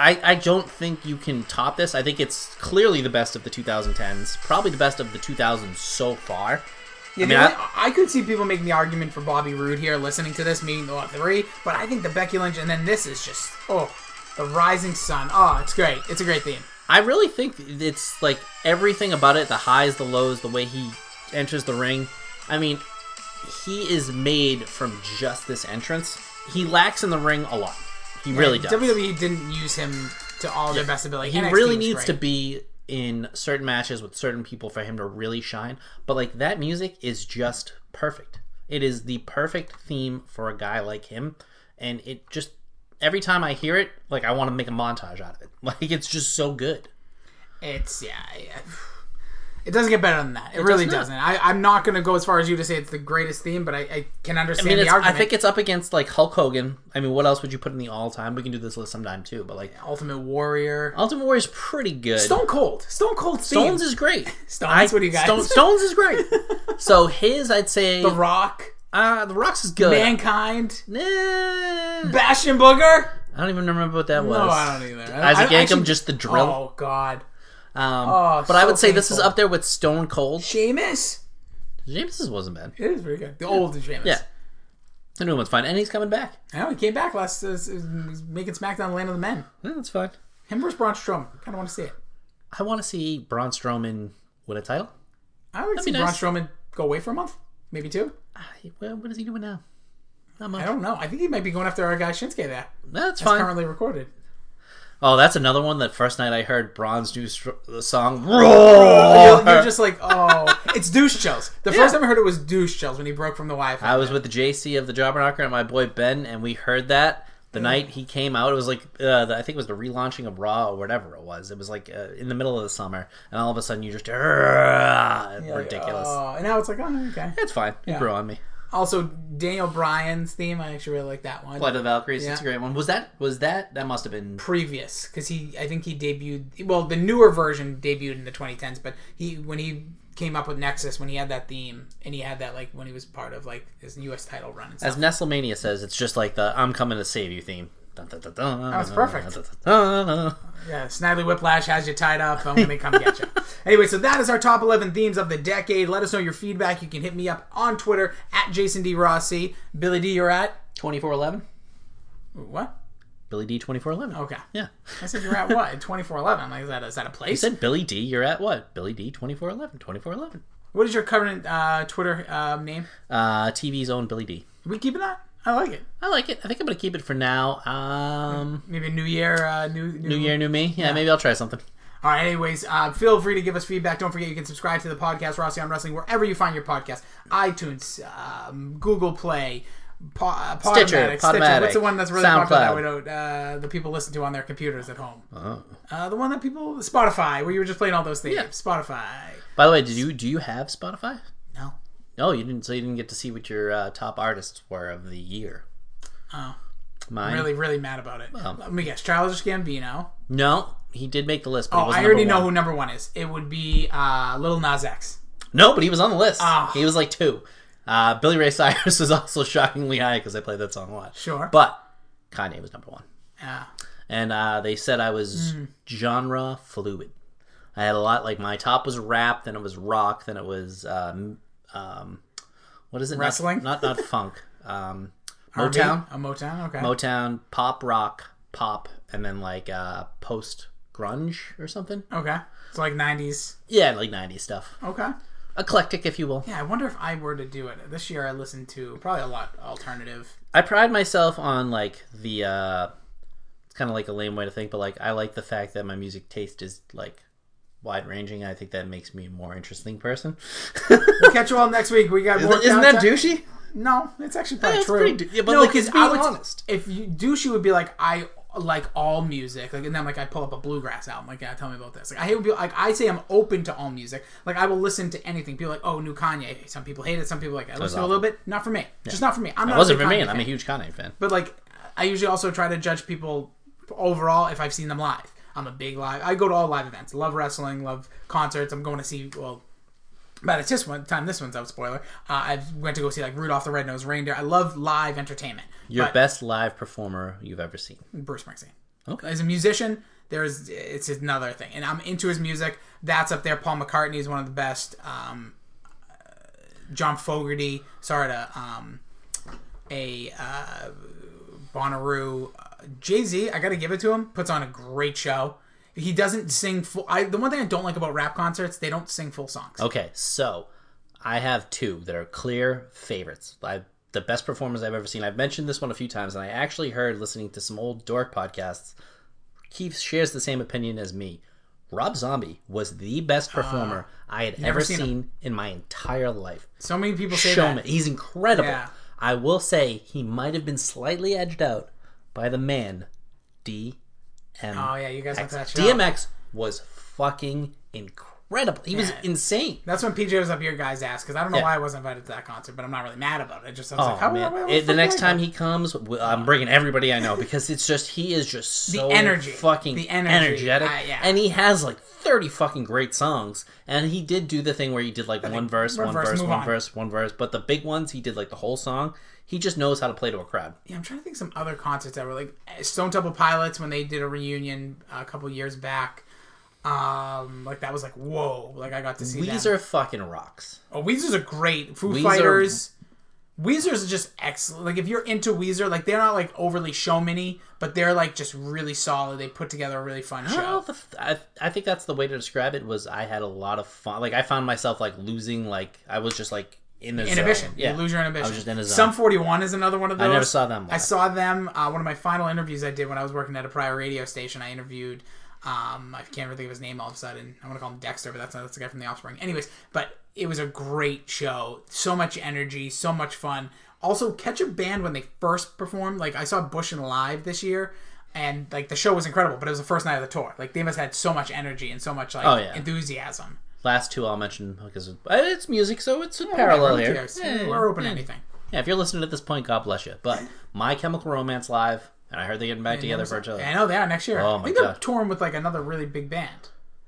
I, I don't think you can top this. I think it's clearly the best of the 2010s, probably the best of the 2000s so far.
Yeah,
mean,
the
I-
only- I, could see people making the argument for Bobby Roode here, listening to this, meaning the lot three. But I think the Becky Lynch, and then this is just oh, the rising sun. Oh, it's great. It's a great theme.
I really think it's like everything about it the highs, the lows, the way he enters the ring. I mean, he is made from just this entrance. He lacks in the ring a lot. He really does.
WWE didn't use him to all their E best ability.
he
NXT
really
was
needs
great.
to be in certain matches with certain people for him to really shine. But like that music is just perfect. It is the perfect theme for a guy like him, and it just every time I hear it, like I want to make a montage out of it. Like it's just so good.
It's yeah. I- It doesn't get better than that. It, really
does
does not I, I'm not going to go as far as you to say it's the greatest theme, but I, I can understand
I mean,
the
it's, I
argument.
think it's up against like Hulk Hogan. I mean, what else would you put in the all time? We can do this list sometime too, but like
Ultimate Warrior.
Ultimate Warrior's pretty good.
Stone Cold. Stone Cold theme.
Stones is great.
Stones, what do you got?
Stone, Stones is great. so his, I'd say,
The Rock.
uh, the Rocks is good.
Mankind.
Nah, I
Bash and Booger.
don't even remember what that was.
No, I don't either. I,
Isaac
I- actually-
Yankem, just the drill.
Oh God.
um,
oh,
but I
so
would say this is
painful.
up there with Stone Cold.
Sheamus.
James's wasn't bad.
It is pretty good. The old Sheamus.
Yeah. The new one's fine, and he's coming back.
I know he came back last. Uh, s- was making SmackDown the Land of the Men.
Yeah, that's fine.
Him versus Braun Strowman. Kind of want to see it.
I want to see Braun Strowman win a title.
I would see
be nice.
Braun Strowman go away for a month, maybe two.
I- Well, what is he doing now? Not
I
much.
don't know. I think he might be going after our guy Shinsuke there.
That's
It's
fine.
currently recorded.
oh, that's another one. That first night I heard Braun's new str- the song.
You're,
Roar!
you're just like, oh, it's douche chills. The first
Yeah.
time I heard it was douche chills when he broke from the Wi-Fi.
I was with the JC of the Jobber Knocker and my boy Ben, and we heard that the night he came out. It was like uh, the, I think it was the relaunching of Raw or whatever it was. It was like uh, in the middle of the summer, and all of a sudden you just
You're like,
ridiculous.
oh, and now it's like, oh, okay.
it's fine. You
Yeah.
grew on me.
Also, Daniel Bryan's theme, I actually really like that one.
Blood of the Valkyries. It's a
Yeah.
great one. Was that? Was that? That must have been.
Previous, because he, I think he debuted. Well, the newer version debuted in the 2010s, but he when he came up with Nexus, when he had that theme, and he had that like when he was part of like his U.S. title run and stuff.
As Nestlemania says, it's just like the "I'm coming to save you" theme. That
was
was
perfect. Yeah, Snidely Whiplash has you tied up. I'm going to come get you. Anyway, so that is our top 11 themes of the decade. Let us know your feedback. You can hit me up on Twitter at Jason D. Rossi. Billy D, you're at.
Twenty four eleven.
What?
Billy D twenty four eleven.
Okay.
Yeah.
I said you're at what? 2411. Like, is that, is that a
You
place?
said Billy D, you're at what? Billy D twenty four eleven. Twenty four eleven.
What is your current uh, Twitter um, name?
Uh TV's own Billy D.
Are we keeping that? I like it.
I like it. I think I'm gonna keep it for now. Um
Maybe New Year, uh, new, new,
New Year, new me. Yeah, maybe I'll try something.
All right, anyways, uh, feel free to give us feedback. Don't forget you can subscribe to the podcast Rossi on Wrestling wherever you find your podcast iTunes, um, Google Play, po- uh,
Stitcher,
Podomatic,
Podomatic,
What's the one that's really popular
SoundCloud. Oh.
that we don't, uh, the people listen to on their computers at home? Uh, the one that people, Spotify, where you were just playing all those things. Spotify.
By the way, did you do you have Spotify?
No.
No, you didn't so you didn't get to see what your uh, top artists were of the year.
Oh.
Mine
Really, really mad about it. Let me guess. Childish Gambino.
No, he did make the list, but he
Oh,
wasn't
I already
number
know
one.
who number one is. It would be uh, Little Nas X.
No, but he was on the list.
Ah.
He was like two. Uh, Billy Ray Cyrus was also shockingly high because I played that song a lot.
Sure.
But Kanye was number one.
Uh,
and uh, they said I was genre fluid. I had a lot like my top was rap, then it was rock, then it was um, um, what is it? Not-
Wrestling?
Not not, funk. Um,
R&B?
Motown,
A Oh, Motown. Okay.
Motown, pop rock, pop, and then like uh, post grunge or something.
okay. So like '90s.
Yeah, like '90s stuff.
Okay.
Eclectic, if you will.
Yeah, I wonder if I were to do it this year. I listened to probably a lot alternative.
I pride myself on like the uh it's kind of like a lame way to think, but like I like the fact that my music taste is like wide ranging. I think that makes me a more interesting person.
Catch you all next week. We got more.
Isn't that
content.
douchey?
No, it's actually probably
That's
true.
pretty du- yeah, but,
no,
like, it's
I
being
would,
honest.
If you douchey would be like I like all music, like and then like I pull up a bluegrass album, like yeah, tell me about this. Like I hate when people like I say I'm open to all music. Like I will listen to anything. People are like oh new Kanye. Some people hate it. Some people like I listen to a
awful.
little bit. Not for me. Just not for me. I'm not.
It
a
wasn't
big
for me,
Kanye
and I'm a
fan.
huge Kanye fan.
But like, I usually also try to judge people overall if I've seen them live. I'm a big live. I go to all live events. Love wrestling. Love concerts. I'm going to see. Well, by the this one time, this one's out. Spoiler. Uh, I went to go see like Rudolph the Red Nosed Reindeer. I love live entertainment.
Your
But-
best live performer you've ever seen.
Bruce Springsteen.
Okay.
As a musician, there's it's another thing, and I'm into his music. That's up there. Paul McCartney is one of the best. Um, uh, John Fogerty. Sorry to um, a uh, Bonnaroo. Jay Z. I got to give it to him. Puts on a great show. He doesn't sing full. I, the one thing I don't like about rap concerts, they don't sing full songs.
Okay, so I have two that are clear favorites. I the best performers I've ever seen. I've mentioned this one a few times, and I actually heard listening to some old dork podcasts. Keith shares the same opinion as me. Rob Zombie was the best performer I had ever
Ah. seen
seen,
him.
in my entire life.
So many people say
Show
that.
me. He's incredible.
Yeah.
I will say he might have been slightly edged out by the man DMX.
Oh yeah, you guys went to that show.
DMX was fucking incredible. He was
Yeah.
insane.
That's when PJ was up your guys' ass because I don't know
Yeah.
why I wasn't invited to that concert, but I'm not really mad about it. Just I was
Oh,
like, how
man.
why- why- why
It- the
fuck
next
did I
time
go?
he comes, w- I'm bringing everybody I know because it's just he is just so
energy.
fucking
The energy.
energetic,
I- yeah.
and he has like thirty fucking great songs. And he did do the thing where he did like one verse,
one
one
verse,
verse,
move
one
on.
verse, one verse. But the big ones, he did like the whole song. He just knows how to play to a crowd.
yeah, I'm trying to think of some other concerts that were like Stone Temple Pilots when they did a reunion uh, a couple years back. Um, like that was like whoa, like I got to see
Weezer
Them.
fucking rocks.
Oh, Weezer's are great. Foo
Weezer-
Fighters. Weezer's are just excellent. Like if you're into Weezer, like they're not like overly showmany, but they're like just really solid. They put together a really fun
I, don't know
show.
if the f- I, I think that's the way to describe it. Was I had a lot of fun. Like I found myself like losing. Like I was just like in the
Inhibition.
Zone.
You lose your inhibition.
I was just in a zone.
Some 41 is another one of those.
I never saw them.
I
Live.
saw them. Uh, one of my final interviews I did when I was working at a prior radio station. I interviewed. Um, I can't really think of his name all of a sudden. I want to call him Dexter, but that's not that's the guy from The Offspring. Anyways, but it was a great show. So much energy, so much fun. Also, catch a band when they first perform. Like I saw Bush and Live this year, and like the show was incredible. But it was the first night of the tour. Like they must have had so much energy and so much like
Oh, yeah.
enthusiasm.
last two I'll mention because uh, it's music, so it's a parallel
Who
here.
cares?
Yeah,
We're open to
yeah.
anything.
Yeah, if you're listening at this point, God bless you. But My Chemical Romance live, and I heard they're getting back together for each other.
I know they are next year.
Oh,
I
my
think they're
God.
touring with like another really big band.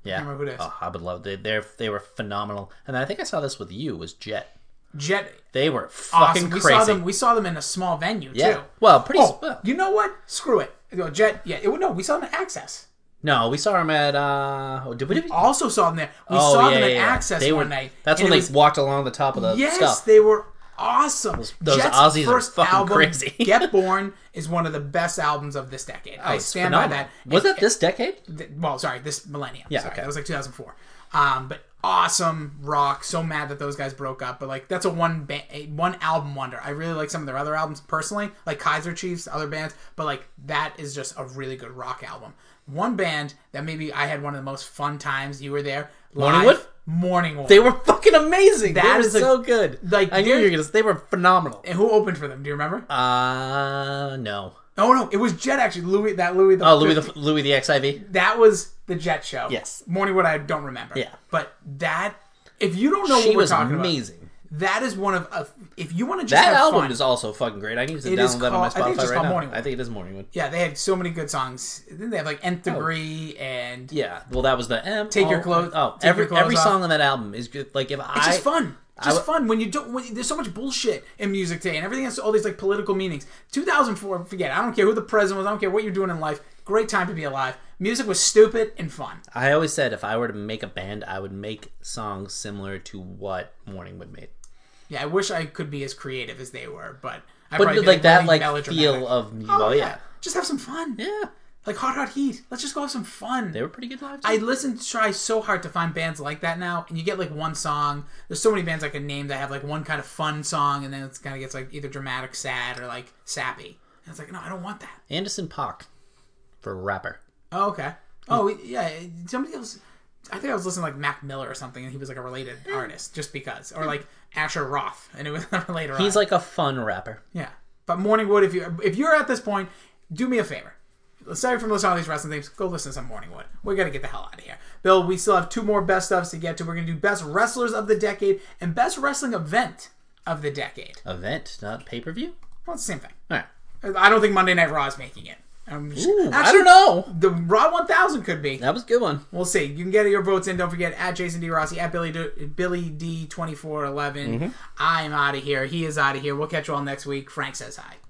yeah,
remember who it is.
Oh, I would love. They they they were phenomenal, and I think I saw this with you was Jet.
Jet
They were fucking
awesome. We
crazy.
saw them. We saw them in a small venue
yeah.
too.
Well, pretty.
Oh,
well,
you know what? Screw it. No, Jet. Yeah. It, no, we saw them at Access.
no, we saw them at. uh oh, did we?
Also saw them there. We
oh,
saw
yeah,
them at
yeah, yeah.
Access
They
one
were-
night.
That's
and
when they
it was-
walked along the top of the
Yes,
stuff.
they were awesome.
those Aussies are fucking
album,
crazy.
Get Born is one of the best albums of this decade. I
Oh, It's
stand by
phenomenal.
that.
Was
And-
that this decade?
th- well, sorry, this millennium.
Yeah,
sorry.
okay.
That was like 2004. Um, but awesome rock. So mad that those guys broke up, but like that's a one ba- a one album wonder. I really like some of their other albums personally, like Kaiser Chiefs, other bands, but like that is just a really good rock album. One band that maybe I had one of the most fun times. You were there.
Morningwood?
live, Morningwood.
They were fucking amazing.
That
they were
is a-
so good.
like,
I knew
they're-
you were gonna. They were phenomenal.
And who opened for them? Do you remember?
Uh no.
oh no, it was Jet actually. Louis, that Louis. The
Oh, Louis the Louis the XIV.
That was the Jet show.
Yes.
Morningwood. I don't remember.
Yeah.
But that, if you don't know
She
what we're
was
talking about.
amazing.
That is one of uh, if you want to just
That
have
album
fun-
is also fucking great. I need to
It is
download that on my
called- I think it's
Spotify
just
right
called
now.
Morning Wood.
I think it is Morning Wood.
yeah, they had so many good songs. Didn't they have like nth degree and
Oh. Yeah. Well, that was the M.
Take your
O-
clothes-
Oh,
take your
every
clothes
every
off.
song on that album is good. Like if I,
it's just fun.
I
Just
would-
fun when you don't. When, there's so much bullshit in music today, and everything has all these like political meanings. 2004, forget. it. I don't care who the president was. I don't care what you're doing in life. Great time to be alive. Music was stupid and fun.
I always said if I were to make a band, I would make songs similar to what Morning Wood made.
Yeah, I wish I could be as creative as they were, but I
But like, that like
melodramatic.
feel of me.
Oh,
well,
yeah.
yeah.
just have some fun.
yeah,
Like hot, hot heat. Let's just go have some fun.
they were pretty good live.
I
too.
listen try so hard to find bands like that now, and you get like one song. There's so many bands I can name that have like one kind of fun song, and then it's kind of gets like either dramatic, sad, or like sappy. And it's like, no, I don't want that.
Anderson Pock for rapper.
Oh, okay. Oh, yeah. Somebody else. I think I was listening to like Mac Miller or something, and he was like a related artist, just because, or like Asher Roth, and it was later
He's
on.
like a fun rapper.
yeah. But Morningwood, if you if you're at this point, do me a favor. Aside from listening to all these wrestling things, go listen to some Morningwood. We gotta get the hell out of here, Bill. We still have two more best stuffs to get to. We're gonna do best wrestlers of the decade and best wrestling event of the decade.
Event, not pay per view.
Well, it's the same thing.
All right.
I don't think Monday Night Raw is making it. I'm just-
Ooh, I
actually,
don't know.
The Raw 1000 could be.
That was a good one.
We'll see. You can get your votes in. Don't forget at Jason D Rossi at Billy D, Billy
Mm-hmm.
D twenty four eleven. I'm out of here. He is out of here. We'll catch you all next week. Frank says hi.